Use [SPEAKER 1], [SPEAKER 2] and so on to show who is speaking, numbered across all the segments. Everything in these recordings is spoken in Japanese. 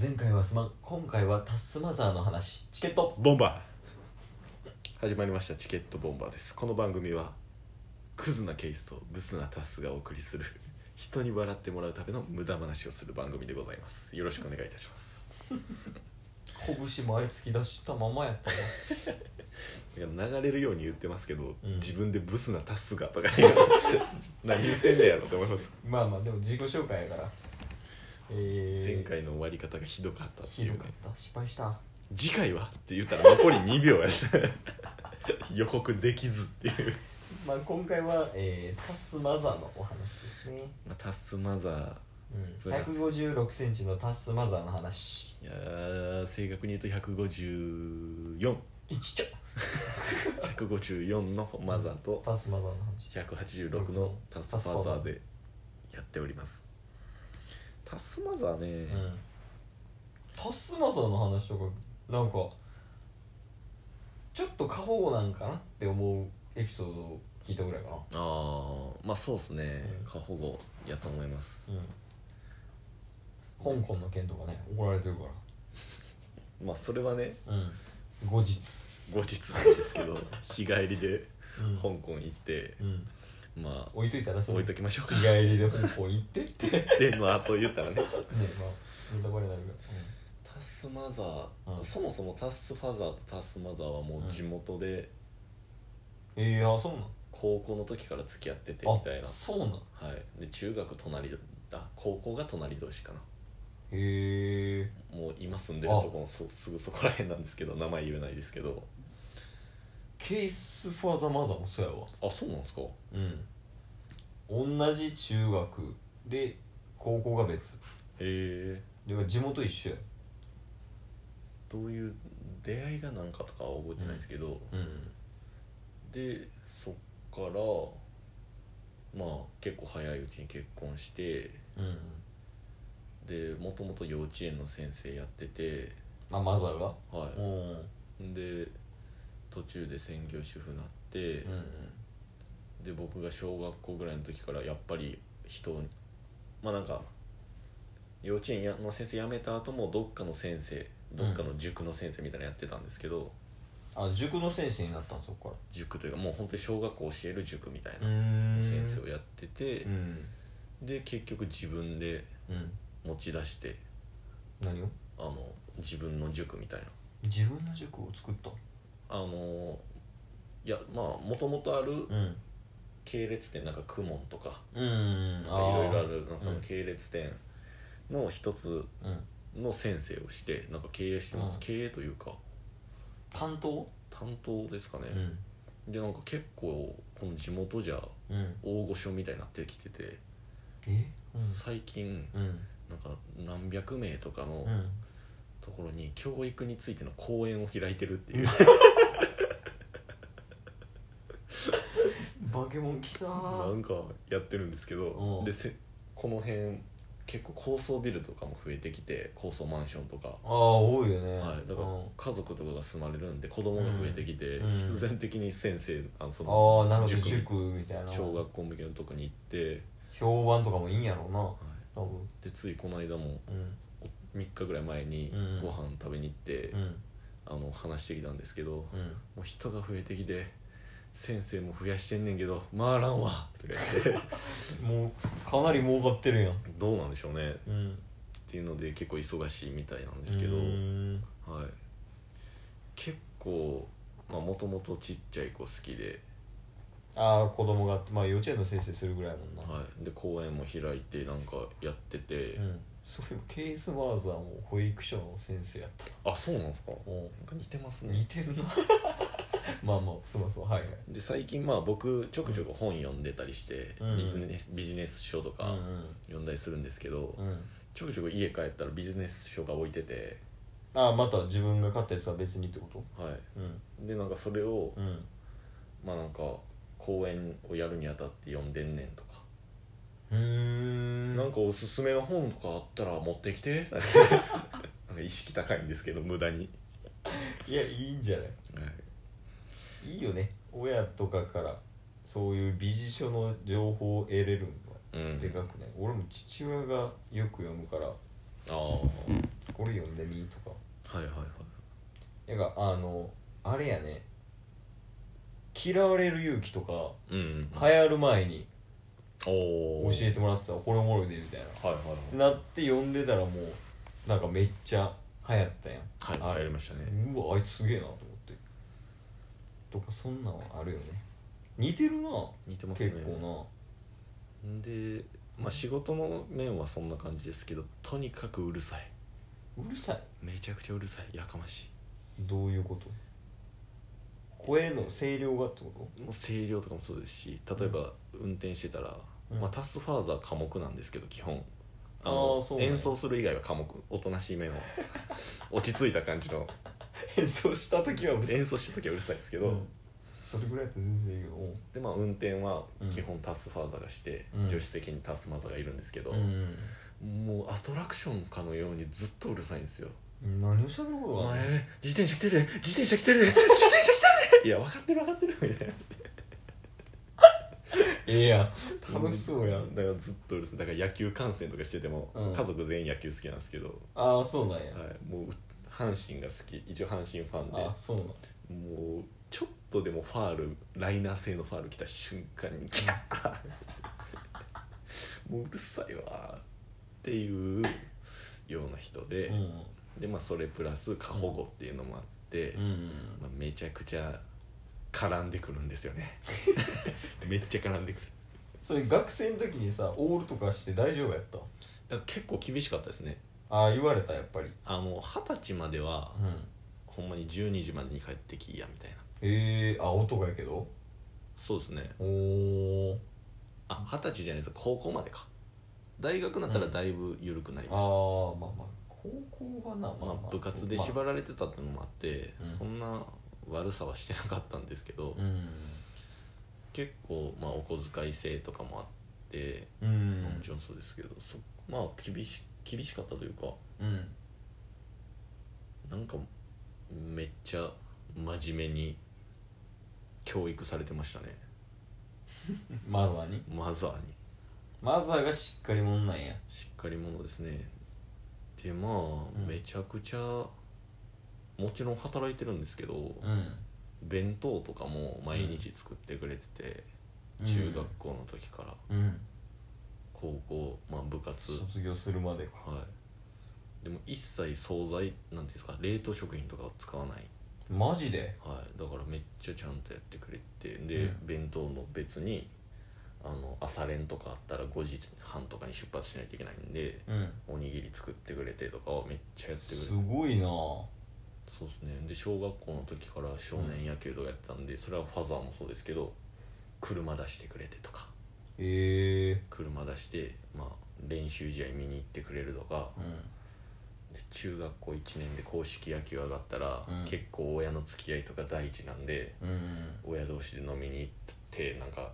[SPEAKER 1] 前回はすまん今回はタスマザーの話チケット
[SPEAKER 2] ボンバー始まりましたチケットボンバーですこの番組はクズなケイスとブスなタスがお送りする人に笑ってもらうための無駄話をする番組でございますよろしくお願いいたします
[SPEAKER 1] 拳毎月出したままやったわ
[SPEAKER 2] いや流れるように言ってますけど、
[SPEAKER 1] うん
[SPEAKER 2] 自分でブスなタスがとか言う 何言ってんねやろって思います
[SPEAKER 1] まあまあでも自己紹介やからえー、
[SPEAKER 2] 前回の終わり方がひどかったって
[SPEAKER 1] ひ
[SPEAKER 2] いう
[SPEAKER 1] ど
[SPEAKER 2] ね
[SPEAKER 1] かった失敗した
[SPEAKER 2] 次回はって言ったら残り2秒やね 予告できずって いう
[SPEAKER 1] まあ今回は、えー、タスマザーのお話ですね、
[SPEAKER 2] まあタスマザー
[SPEAKER 1] うん、
[SPEAKER 2] プラス
[SPEAKER 1] 1 5 6ンチのタスマザーの話
[SPEAKER 2] いやー正確に言うと154154
[SPEAKER 1] いちっちゃ
[SPEAKER 2] のマザーと
[SPEAKER 1] タスマザーの話
[SPEAKER 2] 186のタスファザーでやっておりますタスマザーね、
[SPEAKER 1] うんタスマザーの話とかなんかちょっと過保護なんかなって思うエピソードを聞いたぐらいかな
[SPEAKER 2] ああまあそうっすね
[SPEAKER 1] うん
[SPEAKER 2] 過保護やと思います、
[SPEAKER 1] うん、香港の件とかね怒られてるか
[SPEAKER 2] まあそれはね
[SPEAKER 1] ら、うん、後日、
[SPEAKER 2] 後日なんで すけど日帰りで
[SPEAKER 1] うん
[SPEAKER 2] 香港行って、
[SPEAKER 1] うん、
[SPEAKER 2] まあ
[SPEAKER 1] 置いといたらその
[SPEAKER 2] 置いときましょうか
[SPEAKER 1] 日帰りで香港行ってってね
[SPEAKER 2] でまああと言ったらね
[SPEAKER 1] まあネタバレになるから
[SPEAKER 2] タスマザー、
[SPEAKER 1] うん
[SPEAKER 2] そもそもタスファザーとタスマザーはもう地元で、
[SPEAKER 1] うん、えー、あそうなん
[SPEAKER 2] 高校の時から付き合っててみたい
[SPEAKER 1] あ
[SPEAKER 2] な、
[SPEAKER 1] そうなん
[SPEAKER 2] はい、で中学隣だ高校が隣同士かな
[SPEAKER 1] へえ
[SPEAKER 2] もう今住んでるとこもそすぐそこら辺なんですけど名前言えないですけど
[SPEAKER 1] ケースファーザーマザーもそうやわ
[SPEAKER 2] あそうなんですか
[SPEAKER 1] うん同じ中学で高校が別
[SPEAKER 2] へえ
[SPEAKER 1] で地元一緒や
[SPEAKER 2] どういう出会いがなんかとかは覚えてないですけど、
[SPEAKER 1] うん
[SPEAKER 2] でそっからまあ結構早いうちに結婚して
[SPEAKER 1] うん
[SPEAKER 2] でもともと幼稚園の先生やってて
[SPEAKER 1] あマザーが
[SPEAKER 2] は
[SPEAKER 1] うんうん
[SPEAKER 2] いで途中で専業主婦になって、で僕が小学校ぐらいの時からやっぱり人にまあなんか幼稚園やの先生辞めた後もどっかの先生どっかの塾の先生みたいなのやってたんですけど、
[SPEAKER 1] あ塾の先生になったんそこか
[SPEAKER 2] 塾というかもう本当に小学校教える塾みたい
[SPEAKER 1] ら
[SPEAKER 2] な先生を
[SPEAKER 1] や
[SPEAKER 2] やってて
[SPEAKER 1] う、ん
[SPEAKER 2] で結局自分で
[SPEAKER 1] うん
[SPEAKER 2] 持ち出して
[SPEAKER 1] 何を
[SPEAKER 2] あの自分の塾みたいな
[SPEAKER 1] 自分の塾を作った
[SPEAKER 2] あのいやまあもともとある
[SPEAKER 1] うん
[SPEAKER 2] 系列店なんか公文とか
[SPEAKER 1] うん
[SPEAKER 2] い
[SPEAKER 1] あー
[SPEAKER 2] ろいろあるなんか
[SPEAKER 1] う
[SPEAKER 2] の
[SPEAKER 1] ん
[SPEAKER 2] 系列店の一つ
[SPEAKER 1] うん
[SPEAKER 2] の先生をしてなんか経営してます、
[SPEAKER 1] うん
[SPEAKER 2] 経営というか
[SPEAKER 1] 担当
[SPEAKER 2] 担当ですかね
[SPEAKER 1] う、ん
[SPEAKER 2] でなんか結構この地元じゃ
[SPEAKER 1] うん
[SPEAKER 2] 大御所みたいになってきてて、
[SPEAKER 1] えう
[SPEAKER 2] 最近
[SPEAKER 1] んうん
[SPEAKER 2] なんか何百名とかの
[SPEAKER 1] うん
[SPEAKER 2] ところに教育についての講演を開いてるっていう、
[SPEAKER 1] バケモン来た
[SPEAKER 2] な
[SPEAKER 1] ー
[SPEAKER 2] んかやってるんですけど、
[SPEAKER 1] うん
[SPEAKER 2] でせこの辺結構高層ビルとかも増えてきて高層マンションとか。
[SPEAKER 1] ああ多いよね
[SPEAKER 2] はい、だから
[SPEAKER 1] うん
[SPEAKER 2] 家族とかが住まれるんで子供が増えてきて、
[SPEAKER 1] うんうん
[SPEAKER 2] 必然的に先生あのその
[SPEAKER 1] ああなるほど
[SPEAKER 2] 塾
[SPEAKER 1] 塾みたいな
[SPEAKER 2] 小学校向けのとこに行って、
[SPEAKER 1] 評判とかもいいんやろうな多分
[SPEAKER 2] でついこの間も
[SPEAKER 1] うん
[SPEAKER 2] 3日ぐらい前に
[SPEAKER 1] うん
[SPEAKER 2] ご飯食べに行って、
[SPEAKER 1] うん
[SPEAKER 2] あの話してきたんですけど、も
[SPEAKER 1] うん
[SPEAKER 2] う人が増えてきて先生も増やしてんねんけど回らんわとか言っ て
[SPEAKER 1] もうかなり儲かってるやん
[SPEAKER 2] どうなんでしょうねっ
[SPEAKER 1] うん
[SPEAKER 2] ていうので結構忙しいみたいなんですけど、
[SPEAKER 1] うーん
[SPEAKER 2] はい、結構もともとちっちゃい子好きで,、
[SPEAKER 1] ああ子供がまあ幼稚園の先生するぐらいやもんな、
[SPEAKER 2] はい、で公園も開いてなんかやってて、
[SPEAKER 1] うんそういえばケースマーザーも保育所の先生やった
[SPEAKER 2] あそうなんですかなん
[SPEAKER 1] も
[SPEAKER 2] か似てます
[SPEAKER 1] う
[SPEAKER 2] ね
[SPEAKER 1] 似てるなまあまあすまんすまんはいはい
[SPEAKER 2] で最近まあ僕ちょくちょく本読んでたりして、
[SPEAKER 1] うん
[SPEAKER 2] ビジネスビジネス書とか
[SPEAKER 1] うん
[SPEAKER 2] 読んだりするんですけど、
[SPEAKER 1] うん、うん、
[SPEAKER 2] ちょくちょく家帰ったらビジネス書が置いてて、
[SPEAKER 1] ああまた自分が買ったやつは別にってこと
[SPEAKER 2] は
[SPEAKER 1] うん
[SPEAKER 2] い、でなんかそれを、
[SPEAKER 1] うん
[SPEAKER 2] まあなんか講演をやるにあたって読んでんねんとか、
[SPEAKER 1] うーん
[SPEAKER 2] なんかおすすめの本とかあったら持って きてなんか意識高いんですけど無駄に、
[SPEAKER 1] いやいいんじゃないいいよね親とかからそういう美辞書の情報を得れるのは
[SPEAKER 2] うん
[SPEAKER 1] でかくない、俺も父親がよく読むから
[SPEAKER 2] ああ
[SPEAKER 1] ここれ読んでみ」とか
[SPEAKER 2] はいはいは
[SPEAKER 1] な
[SPEAKER 2] い
[SPEAKER 1] んかあのあれやね嫌われる勇気とか
[SPEAKER 2] うんうん
[SPEAKER 1] 流行る前に
[SPEAKER 2] お
[SPEAKER 1] 教
[SPEAKER 2] お
[SPEAKER 1] えてもらってたこれおもろいでみたいなっ
[SPEAKER 2] はいはいはい
[SPEAKER 1] てなって読んでたらもうなんかめっちゃ流行ったやん
[SPEAKER 2] はい
[SPEAKER 1] あ
[SPEAKER 2] 入りましたね
[SPEAKER 1] うわあいつすげえなと思ってとかそんなんはあるよね似てるな
[SPEAKER 2] 似てますね
[SPEAKER 1] 結構
[SPEAKER 2] で、まあ、仕事の面はそんな感じですけどとにかくうるさい
[SPEAKER 1] なうるさい
[SPEAKER 2] めちゃくちゃうるさいやかまし
[SPEAKER 1] どういうこと声の声量がってこ
[SPEAKER 2] いもう声量とかもそうですし例えば運転してたら、
[SPEAKER 1] うん
[SPEAKER 2] まあ、タスファーザー科目なんですけど基本あ
[SPEAKER 1] あ
[SPEAKER 2] の
[SPEAKER 1] ーそうなんや
[SPEAKER 2] 演奏する以外は科目おとなし いめの落ち着いた感じの
[SPEAKER 1] と演奏した時はうるさい
[SPEAKER 2] 演奏した時はうるさいですけ
[SPEAKER 1] け
[SPEAKER 2] ど、
[SPEAKER 1] それぐらいだと全然いいよ
[SPEAKER 2] でまあ運転は
[SPEAKER 1] うん
[SPEAKER 2] 基本タスファーザーがして、
[SPEAKER 1] うん
[SPEAKER 2] 助手席にタスマザーがいるんですけど、
[SPEAKER 1] ん
[SPEAKER 2] もうアトラクションかのようにずっとうるさいんですよ
[SPEAKER 1] 何をしゃべること
[SPEAKER 2] お
[SPEAKER 1] が
[SPEAKER 2] 前
[SPEAKER 1] ない
[SPEAKER 2] 自転車来てるで自転車来てるで自転車来 てるでいや分かってる分かってるみたいな
[SPEAKER 1] ええやん楽しそうやん、
[SPEAKER 2] だからずっとうるさいだから野球観戦とかしてても、
[SPEAKER 1] うん
[SPEAKER 2] 家族全員野球好きなんですけど、は
[SPEAKER 1] ああそうなんや、
[SPEAKER 2] い、もう阪神が好き一応阪神ファンで
[SPEAKER 1] ああそうなん
[SPEAKER 2] もうちょっとでもファールライナー性のファール来た瞬間にキャ ーもううるさいわっていうような人で、
[SPEAKER 1] うん
[SPEAKER 2] でまあそれプラス過保護っていうのもあって、
[SPEAKER 1] うん
[SPEAKER 2] まあ、めちゃくちゃ絡んでくるんですよ ねめっちゃ絡んでく
[SPEAKER 1] それ学生の時にさオールとかして大丈夫やった
[SPEAKER 2] る結構厳しかったですね
[SPEAKER 1] ああ言われたやっぱり
[SPEAKER 2] あの二十歳までは
[SPEAKER 1] うん
[SPEAKER 2] ほんまに12時までに帰ってきいやみたいな
[SPEAKER 1] ええあ男やけど
[SPEAKER 2] そうですね
[SPEAKER 1] おお
[SPEAKER 2] あ二十歳じゃないです高校までか大学になったらだいぶ緩くなり
[SPEAKER 1] あ
[SPEAKER 2] ました、
[SPEAKER 1] あまあまあ高校はなまあ、
[SPEAKER 2] ま
[SPEAKER 1] ま
[SPEAKER 2] あ
[SPEAKER 1] あ、
[SPEAKER 2] 部活で縛られてたってのもあって、
[SPEAKER 1] うん
[SPEAKER 2] そんな悪さはしてなかったんですけど、
[SPEAKER 1] うん
[SPEAKER 2] 結構まあお小遣い制とかもあって、
[SPEAKER 1] うん
[SPEAKER 2] まあもちろんそうですけどそまあ厳し厳しかったというか
[SPEAKER 1] うん
[SPEAKER 2] なんかめっちゃ真面目に教育されてましたね
[SPEAKER 1] マザーに
[SPEAKER 2] マザーに
[SPEAKER 1] マザーがしっかりもんなんや
[SPEAKER 2] しっかり者ですねでまあ、
[SPEAKER 1] ん
[SPEAKER 2] めちゃくちゃもちろん働いてるんですけど、
[SPEAKER 1] うん
[SPEAKER 2] 弁当とかも毎日作ってくれてて、中学校の時か
[SPEAKER 1] う
[SPEAKER 2] ら
[SPEAKER 1] ん
[SPEAKER 2] 高校、まあ、部活
[SPEAKER 1] 卒業するまでか
[SPEAKER 2] はいでも一切惣菜なんていうんですか冷凍食品とかを使わない
[SPEAKER 1] マジで
[SPEAKER 2] はい、だからめっちゃちゃんとやってくれてで、
[SPEAKER 1] うん
[SPEAKER 2] 弁当の別にあの朝練とかあったら5時半とかに出発しないといけないんで
[SPEAKER 1] うん
[SPEAKER 2] おにぎり作ってくれてとかをめっちゃやってくれて
[SPEAKER 1] すごいな
[SPEAKER 2] そうですねで小学校の時から少年野球とかやってたんで、それはファザーもそうですけど車出してくれてとか
[SPEAKER 1] ええ
[SPEAKER 2] 車出して、まあ、練習試合見に行ってくれるとか
[SPEAKER 1] うん
[SPEAKER 2] で中学校1年で硬式野球上がったら、
[SPEAKER 1] うん
[SPEAKER 2] 結構親の付き合いとか第一なんで。
[SPEAKER 1] うん
[SPEAKER 2] 親同士で飲みに行ってなんか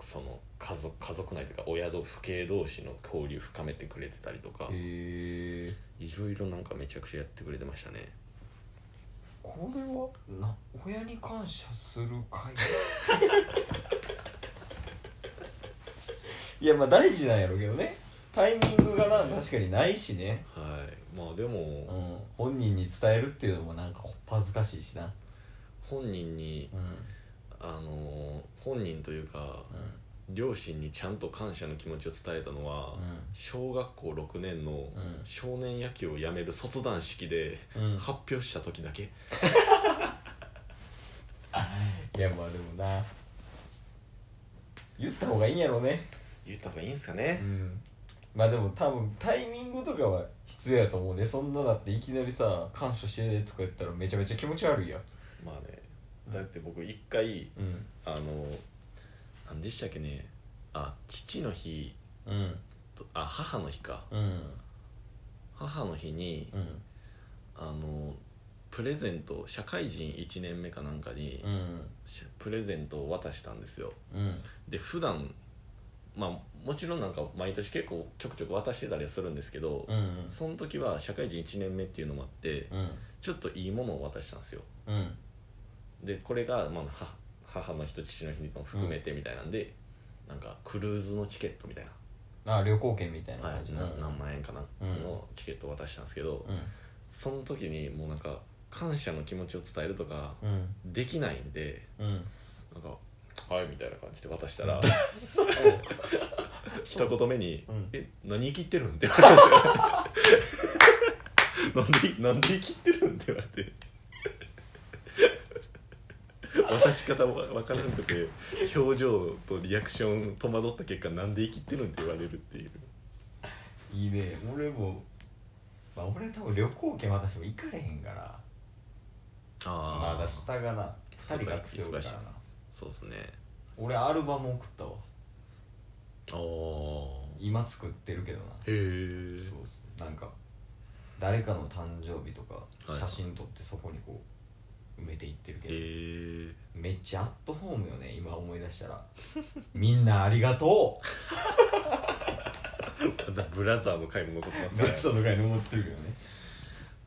[SPEAKER 2] その家族家族内というか親と父兄同士の交流深めてくれてたりとか
[SPEAKER 1] へえ
[SPEAKER 2] いろいろなんかめちゃくちゃやってくれてましたね
[SPEAKER 1] これはな親に感謝する会 いやまあ大事なんやろうけどねタイミングがな確かにないしね
[SPEAKER 2] はいまあでも、
[SPEAKER 1] うん本人に伝えるっていうのもなんかこっぱずかしいしな
[SPEAKER 2] 本人に
[SPEAKER 1] うん
[SPEAKER 2] あのー本人というか
[SPEAKER 1] う
[SPEAKER 2] 両親にちゃんと感謝の気持ちを伝えたのは、
[SPEAKER 1] ん
[SPEAKER 2] 小学校6年の
[SPEAKER 1] うん
[SPEAKER 2] 少年野球をやめる卒団式で
[SPEAKER 1] うん、うん、
[SPEAKER 2] 発表した時だけ、
[SPEAKER 1] いやまあでもな言った方がいいんやろね
[SPEAKER 2] 言った方がいいんすかね、
[SPEAKER 1] うんまあでも多分タイミングとかは必要やと思うねそんなだっていきなりさ感謝してねとか言ったらめちゃめちゃ気持ち悪いやん
[SPEAKER 2] まあねだって僕一回
[SPEAKER 1] うん
[SPEAKER 2] あの何でしたっけねあ父の日
[SPEAKER 1] うん
[SPEAKER 2] とあ母の日か
[SPEAKER 1] うん
[SPEAKER 2] 母の日に、
[SPEAKER 1] うん
[SPEAKER 2] あのプレゼント社会人1年目かなんかに、
[SPEAKER 1] うん
[SPEAKER 2] しプレゼントを渡したんですよ
[SPEAKER 1] うん
[SPEAKER 2] で普段まあもちろんなんか毎年結構ちょくちょく渡してたりはするんですけど、
[SPEAKER 1] うん
[SPEAKER 2] その時は社会人1年目っていうのもあって
[SPEAKER 1] うん
[SPEAKER 2] ちょっといいものを渡したんですよ
[SPEAKER 1] うん
[SPEAKER 2] でこれが、まあ、は母の日と父の日も含めてみたいなんで、なんかクルーズのチケットみたいな
[SPEAKER 1] あ旅行券みたいな
[SPEAKER 2] は
[SPEAKER 1] 感
[SPEAKER 2] い、
[SPEAKER 1] じ
[SPEAKER 2] な
[SPEAKER 1] の、
[SPEAKER 2] 何万円かな
[SPEAKER 1] うん
[SPEAKER 2] のチケットを渡したんですけど、
[SPEAKER 1] う
[SPEAKER 2] その時にもうなんか感謝の気持ちを伝えるとか
[SPEAKER 1] んうん
[SPEAKER 2] できないんで
[SPEAKER 1] うん
[SPEAKER 2] なんか「はい」みたいな感じで渡したら
[SPEAKER 1] そう
[SPEAKER 2] 一言目に
[SPEAKER 1] うん
[SPEAKER 2] 「え何生きってるん?」って言われましたよなんでなんで生きってるん?」って言われて渡し方わ分からなくて表情とリアクション戸惑った結果「なんで生きってるん?」って言われるっていう
[SPEAKER 1] いいね俺もまあ俺多分旅行券渡しても行かれへんからま
[SPEAKER 2] あ
[SPEAKER 1] だ下がな
[SPEAKER 2] そう
[SPEAKER 1] 2
[SPEAKER 2] か
[SPEAKER 1] 人学生おるから
[SPEAKER 2] 忙しい
[SPEAKER 1] な
[SPEAKER 2] そうですね
[SPEAKER 1] 俺アルバム送ったわ
[SPEAKER 2] ああ
[SPEAKER 1] 今作ってるけどな
[SPEAKER 2] へえ
[SPEAKER 1] そうそうなんか誰かの誕生日とか
[SPEAKER 2] はい
[SPEAKER 1] 写真撮ってそこにこう埋めていってるけど、
[SPEAKER 2] へえ
[SPEAKER 1] めっちゃアットホームよね今思い出したら みんなありがと う
[SPEAKER 2] まだブラザーの回も残ってます
[SPEAKER 1] ガ
[SPEAKER 2] ね
[SPEAKER 1] ッツの回に思ってるけどね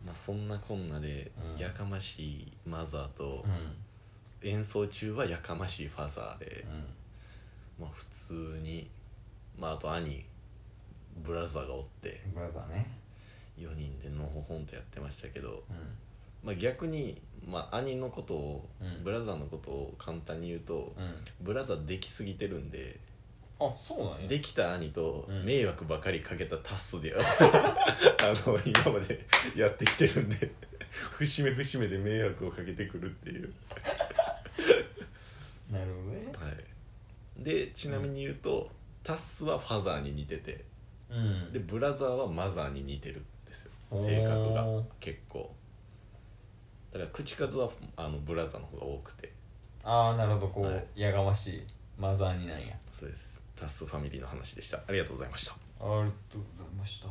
[SPEAKER 2] まあそんなこんなで、
[SPEAKER 1] うん
[SPEAKER 2] やかましいマザーと
[SPEAKER 1] うん、
[SPEAKER 2] 演奏中はやかましいファザーで
[SPEAKER 1] う、ん、
[SPEAKER 2] まあ普通にまああと兄ブラザーがおって
[SPEAKER 1] ブラザーね
[SPEAKER 2] 4人でのほほんとやってましたけど、
[SPEAKER 1] う
[SPEAKER 2] まあ、逆に、まあ、兄のことを、
[SPEAKER 1] うん
[SPEAKER 2] ブラザーのことを簡単に言う
[SPEAKER 1] ん
[SPEAKER 2] と、ブラザーできすぎてるんで
[SPEAKER 1] うんあそうなんや
[SPEAKER 2] できた兄と
[SPEAKER 1] うん
[SPEAKER 2] 迷惑ばかりかけたタッスで、 あの今までやってきてるんで節目節目で迷惑をかけてくるっていう、
[SPEAKER 1] なるほどね
[SPEAKER 2] はい、でちなみに言うと、タッスはファザーに似てて
[SPEAKER 1] うん
[SPEAKER 2] でブラザーはマザーに似てるんですよ
[SPEAKER 1] おー
[SPEAKER 2] 性格が結構だから口数はあのブラザーの方が多くて
[SPEAKER 1] ああなるほどこう、
[SPEAKER 2] はい
[SPEAKER 1] やがましいマザーになんや
[SPEAKER 2] そうですタッスファミリーの話でしたありがとうございました
[SPEAKER 1] ありがとうございました